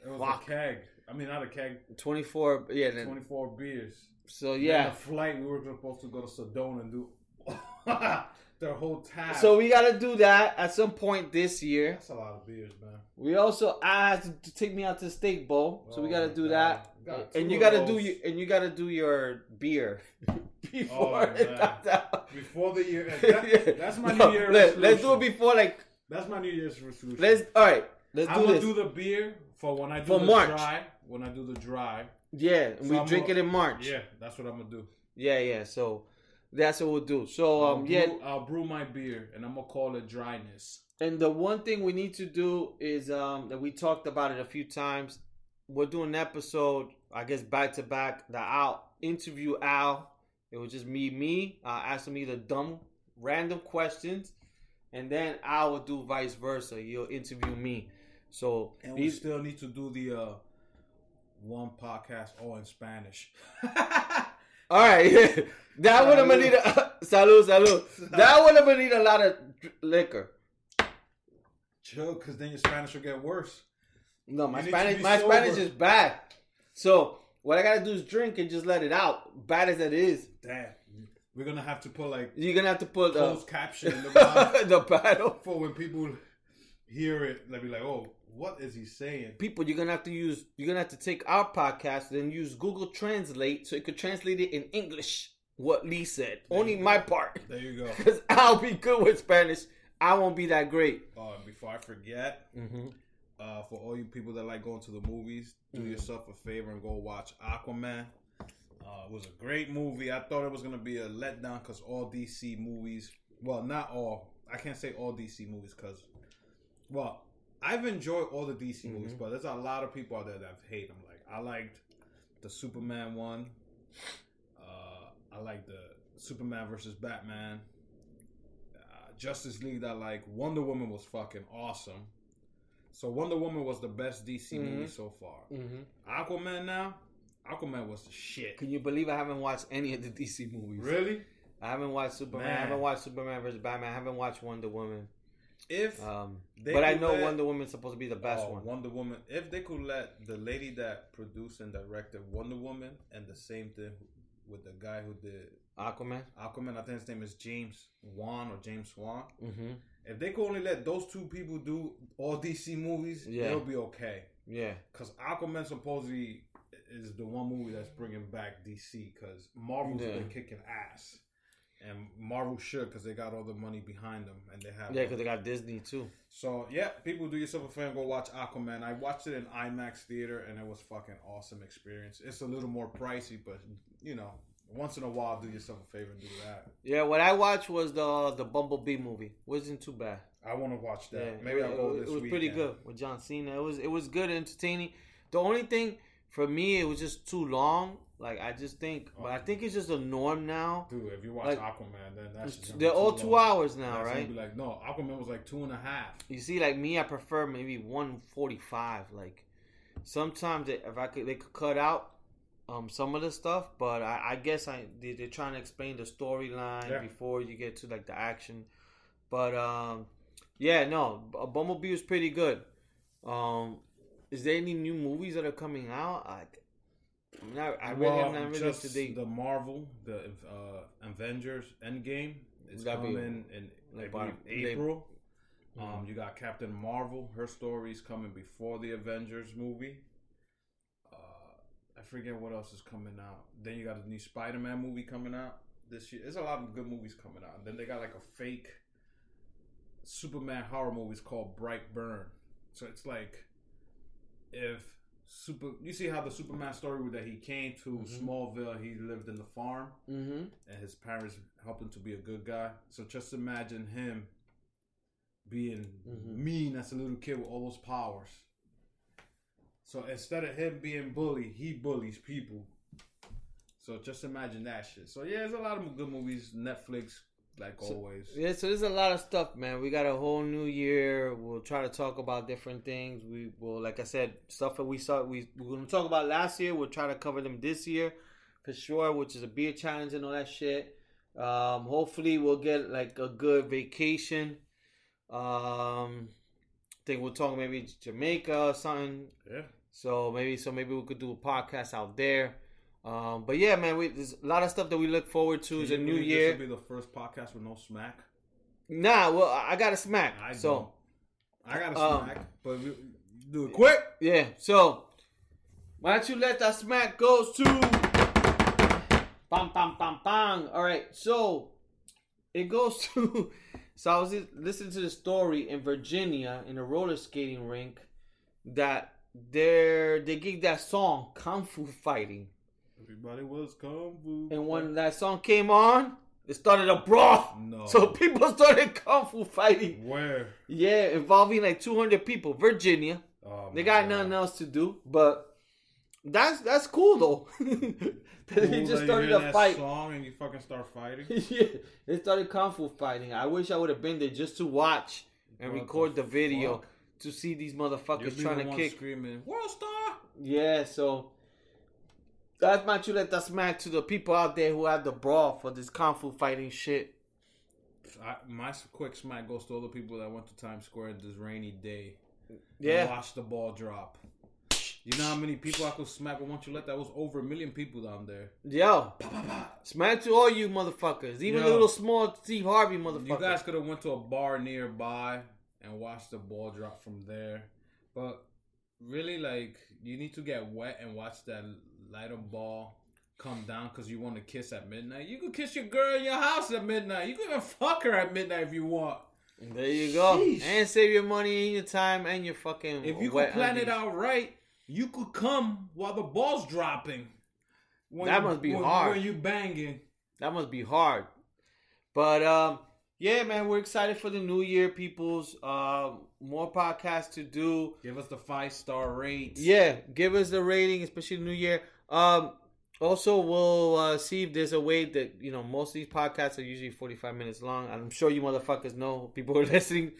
B: It was
A: Fuck.
B: a keg. I mean, not a keg.
A: 24 yeah then
B: 24 beers.
A: so
B: On
A: yeah
B: the flight, we were supposed to go to Sedona and do their whole tab.
A: so we got to do that at some point this year
B: that's a lot of beers, man.
A: we also i have to take me out to steak bowl so we
B: Oh
A: got
B: my
A: to do
B: God.
A: that
B: Got two
A: and you
B: of
A: got to do
B: those
A: you and you got to do your beer before
B: Oh,
A: it
B: man.
A: comes out.
B: before the year. ends. That- that's my
A: No,
B: New Year's.
A: let, let's do it
B: resolution.
A: before like
B: That's my New Year's resolution.
A: let's all right let's
B: I'm
A: do
B: gonna
A: this
B: do the beer for when I do
A: For
B: the
A: March.
B: dry. When I do the dry,
A: yeah and
B: So
A: we
B: I'm
A: drink
B: gonna-
A: it in march
B: yeah, that's what I'm gonna do.
A: Yeah, yeah. So that's what we'll do. So
B: I'll
A: um, yeah.
B: brew- I'll brew my beer and I'm gonna call it dryness.
A: And the one thing we need to do is um that we talked about it a few times. We're doing an episode, I guess back to back. The Al interview Al. It was just me, me uh, asking me the dumb, random questions, and then Al would do vice versa. You'll interview me. So
B: And we
A: these,
B: still need to do the uh, one podcast all in Spanish.
A: all right, that one I'm gonna need. A, salud, salud. That one I'm gonna need a lot of dr- liquor.
B: Chill, because then your Spanish will get worse.
A: No, my
B: You need to
A: Spanish,
B: be
A: my Spanish
B: sober.
A: is bad. So what I gotta do is drink and just let it out. Bad as it is,
B: Damn. We're going to have to put like
A: you're gonna have to put uh,
B: closed caption in the bottom
A: the battle.
B: for when people hear it, they'll be like, oh, what is he saying?
A: People, you're gonna have to use. You're gonna have to take our podcast, then use Google Translate so it could translate it in English. What Lee said, only my part,
B: There you go.
A: because I'll be good with Spanish. I won't be that great.
B: Uh, before I forget,
A: Mm-hmm.
B: uh, for all you people that like going to the movies, do yourself a favor and go watch Aquaman. Uh, it was a great movie. I thought it was gonna be a letdown because all DC movies, well, not all. I can't say all DC movies because, well, I've enjoyed all the DC movies, but there's a lot of people out there that hate them. Like I liked the Superman one. Uh, I like the Superman versus Batman. Uh, Justice League that I like Wonder Woman was fucking awesome. So Wonder Woman was the best DC movie so far.
A: Mm-hmm.
B: Aquaman now, Aquaman was the shit.
A: Can you believe I haven't watched any of the DC movies?
B: Really?
A: I haven't watched Superman. I
B: Man.
A: haven't watched Superman vs Batman. I haven't watched Wonder Woman.
B: If
A: Um,
B: They
A: but I
B: do
A: know
B: that-
A: Wonder Woman's supposed to be the best
B: oh,
A: one.
B: Wonder Woman, if they could let the lady that produced and directed Wonder Woman and the same thing with the guy who did
A: Aquaman.
B: Aquaman. I think his name is James Wan or James Swan.
A: Mm-hmm.
B: If they could only let those two people do all DC movies,
A: Yeah.
B: they'll be okay.
A: Yeah.
B: Because Aquaman supposedly is the one movie that's bringing back DC because Marvel's
A: Yeah.
B: been kicking ass. And Marvel should because they got all the money behind them and they have.
A: Yeah, because they got Disney too.
B: so, yeah, people do yourself a favor and go watch Aquaman. I watched it in IMAX theater and it was fucking awesome experience. It's a little more pricey, but you know, once in a while, do yourself a favor and do that.
A: Yeah, what I watched was the the Bumblebee movie. Wasn't too bad.
B: I want to watch that.
A: Yeah,
B: Maybe
A: it,
B: I'll go
A: it-
B: this
A: It was
B: weekend.
A: pretty good with John Cena. It was it was good, entertaining. The only thing for me, it was just too long. Like I just think,
B: Oh.
A: but I think it's just a norm now.
B: Dude, if you watch
A: Like,
B: Aquaman, then that's just gonna
A: They're
B: be
A: all
B: too
A: two
B: long.
A: hours now,
B: That's gonna
A: right?
B: Be like, no, Aquaman was like two and a half.
A: You see, like me, I prefer maybe one forty five. Like sometimes they, if I could, they could cut out um some of the stuff, but I, I guess I they, they're trying to explain the storyline
B: Yeah.
A: before you get to like the action. But um, yeah, no, B- Bumblebee was pretty good. Um, is there any new movies that are coming out? I, I'm not, I really am not really up to date.
B: the Marvel, the uh, Avengers Endgame is
A: That'd be-
B: coming in
A: like,
B: I believe,
A: about- they-
B: April. Um,
A: Mhm.
B: you got Captain Marvel. Her story's coming before the Avengers movie. Uh, I forget what else is coming out. Then you got a new Spider-Man movie coming out this year. There's a lot of good movies coming out. then they got like a fake Superman horror movies called Bright Burn. So it's like if super, you see how the Superman story was that he came to
A: Mhm.
B: Smallville, he lived in the farm,
A: mm-hmm.
B: and his parents helped him to be a good guy. So just imagine him being
A: Mhm.
B: mean as a little kid with all those powers. So instead of him being bullied, he bullies people. So just imagine that shit. So yeah, there's a lot of good movies. Netflix, like
A: So-
B: always.
A: Yeah, so there's a lot of stuff, man. We got a whole new year. We'll try to talk about different things. We will, like I said, stuff that we saw. We we we're gonna talk about last year. We'll try to cover them this year for sure, which is a beer challenge and all that shit. Um, hopefully, we'll get like a good vacation. Um, think we'll talk maybe Jamaica or something.
B: Yeah.
A: So maybe so maybe we could do a podcast out there. Um, but yeah, man, we, there's a lot of stuff that we look forward to. It's a
B: Can
A: new
B: you believe
A: year.
B: This will be the first podcast with no smack.
A: Nah, well, I I got a smack.
B: I
A: so.
B: don't. I got a
A: Um,
B: smack, but we, do it quick.
A: Yeah, so why don't you let that smack goes to bam bam bam bam. All right, so it goes to so I was li- listening to the story in Virginia in a roller skating rink that they they gig that song Kung Fu Fighting,
B: Everybody was kung fu.
A: and when that song came on, it started a brawl.
B: No.
A: So people started Kung Fu Fighting.
B: where?
A: Yeah, involving like 200 people, Virginia.
B: Oh,
A: They
B: my
A: got
B: God.
A: nothing else to do, but that's that's cool though.
B: Cool
A: they
B: that
A: just
B: you
A: started
B: hear
A: a
B: that
A: fight.
B: Song and you fucking start fighting.
A: yeah, they started kung fu fighting. I wish I would have been there just to watch and
B: What
A: record the,
B: the
A: video
B: fuck?
A: to see these
B: You'll
A: motherfuckers
B: be
A: trying
B: the
A: to
B: one
A: kick.
B: screaming, "World Star!"
A: Yeah, so that's my let that smack to the people out there who had the brawl for this kung fu fighting shit.
B: I, my s- quick smack goes to all the people that went to Times Square this rainy day. and
A: Yeah,
B: watched the ball drop. You know how many people I could smack? But once you let that was over a million people down there.
A: yo, smack to all you motherfuckers, even
B: Yo.
A: little small Steve Harvey motherfuckers.
B: You guys could have went to a bar nearby and watched the ball drop from there, but really, like you need to get wet and watch that lighter ball come down because you want to kiss at midnight. You could kiss your girl in your house at midnight. You could even fuck her at midnight if you want.
A: There you go.
B: Sheesh.
A: And save your money and your time and your fucking.
B: If you
A: wet
B: could plan it
A: undies.
B: out right, you could come while the ball's dropping. When
A: That must be
B: when-
A: hard.
B: When you banging,
A: that must be hard. But um, yeah, man, we're excited for the new year, peoples. Um, more podcasts to do.
B: give us the five star rate.
A: Yeah, give us the rating, especially the new year. Um, also, we'll uh, see if there's a way that you know most of these podcasts are usually 45 minutes long. I'm sure you motherfuckers know people are listening,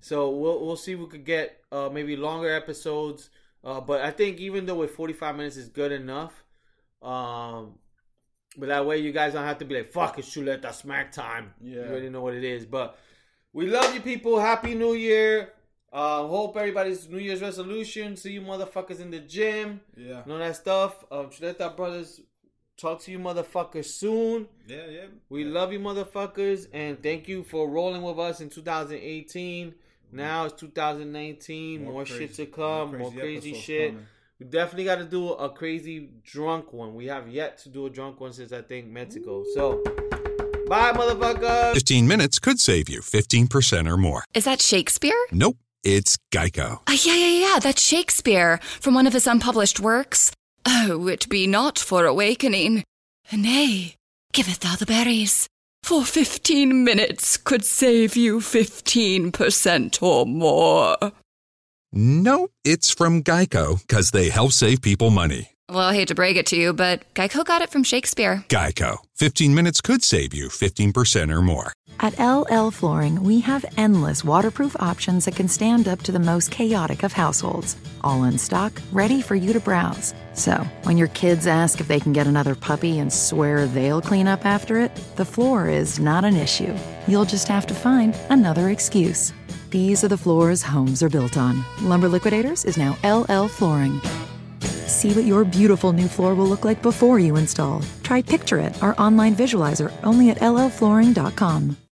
A: so we'll we'll see if we could get uh, maybe longer episodes. Uh, but I think even though with 45 minutes is good enough, um, but that way you guys don't have to be like fuck it's Chuleta that smack time.
B: Yeah.
A: you already know what it is. But we love you, people. Happy New Year. Uh, hope everybody's New Year's resolution. See you motherfuckers in the gym
B: yeah.
A: and all that stuff. Um, Chuleta Brothers Talk to you motherfuckers soon.
B: Yeah, yeah.
A: We
B: yeah.
A: love you motherfuckers and thank you for rolling with us in 2018. Now it's 2019. More, shit to
B: crazy-
A: come. More crazy,
B: episodes
A: shit.
B: coming.
A: We definitely got to do a crazy drunk one. We have yet to do a drunk one since I think Mexico. So, bye, motherfuckers.
C: 15 minutes could save you 15% or more.
D: Is that Shakespeare?
C: Nope, it's Geico.
D: Ah, yeah, yeah, yeah, that's Shakespeare from one of his unpublished works. Oh, it be not for awakening. Nay, giveth thou the berries. For fifteen minutes could save you fifteen percent or more.
C: Nope, it's from Geico because they help save people money.
D: Well, I hate to break it to you, but Geico got it from Shakespeare.
C: Geico. 15 minutes could save you 15% or more.
E: At LL Flooring, we have endless waterproof options that can stand up to the most chaotic of households. All in stock, ready for you to browse. So, when your kids ask if they can get another puppy and swear they'll clean up after it, the floor is not an issue. You'll just have to find another excuse. These are the floors homes are built on. Lumber Liquidators is now LL Flooring. See what your beautiful new floor will look like before you install. Try Picture It, our online visualizer, only at llflooring.com.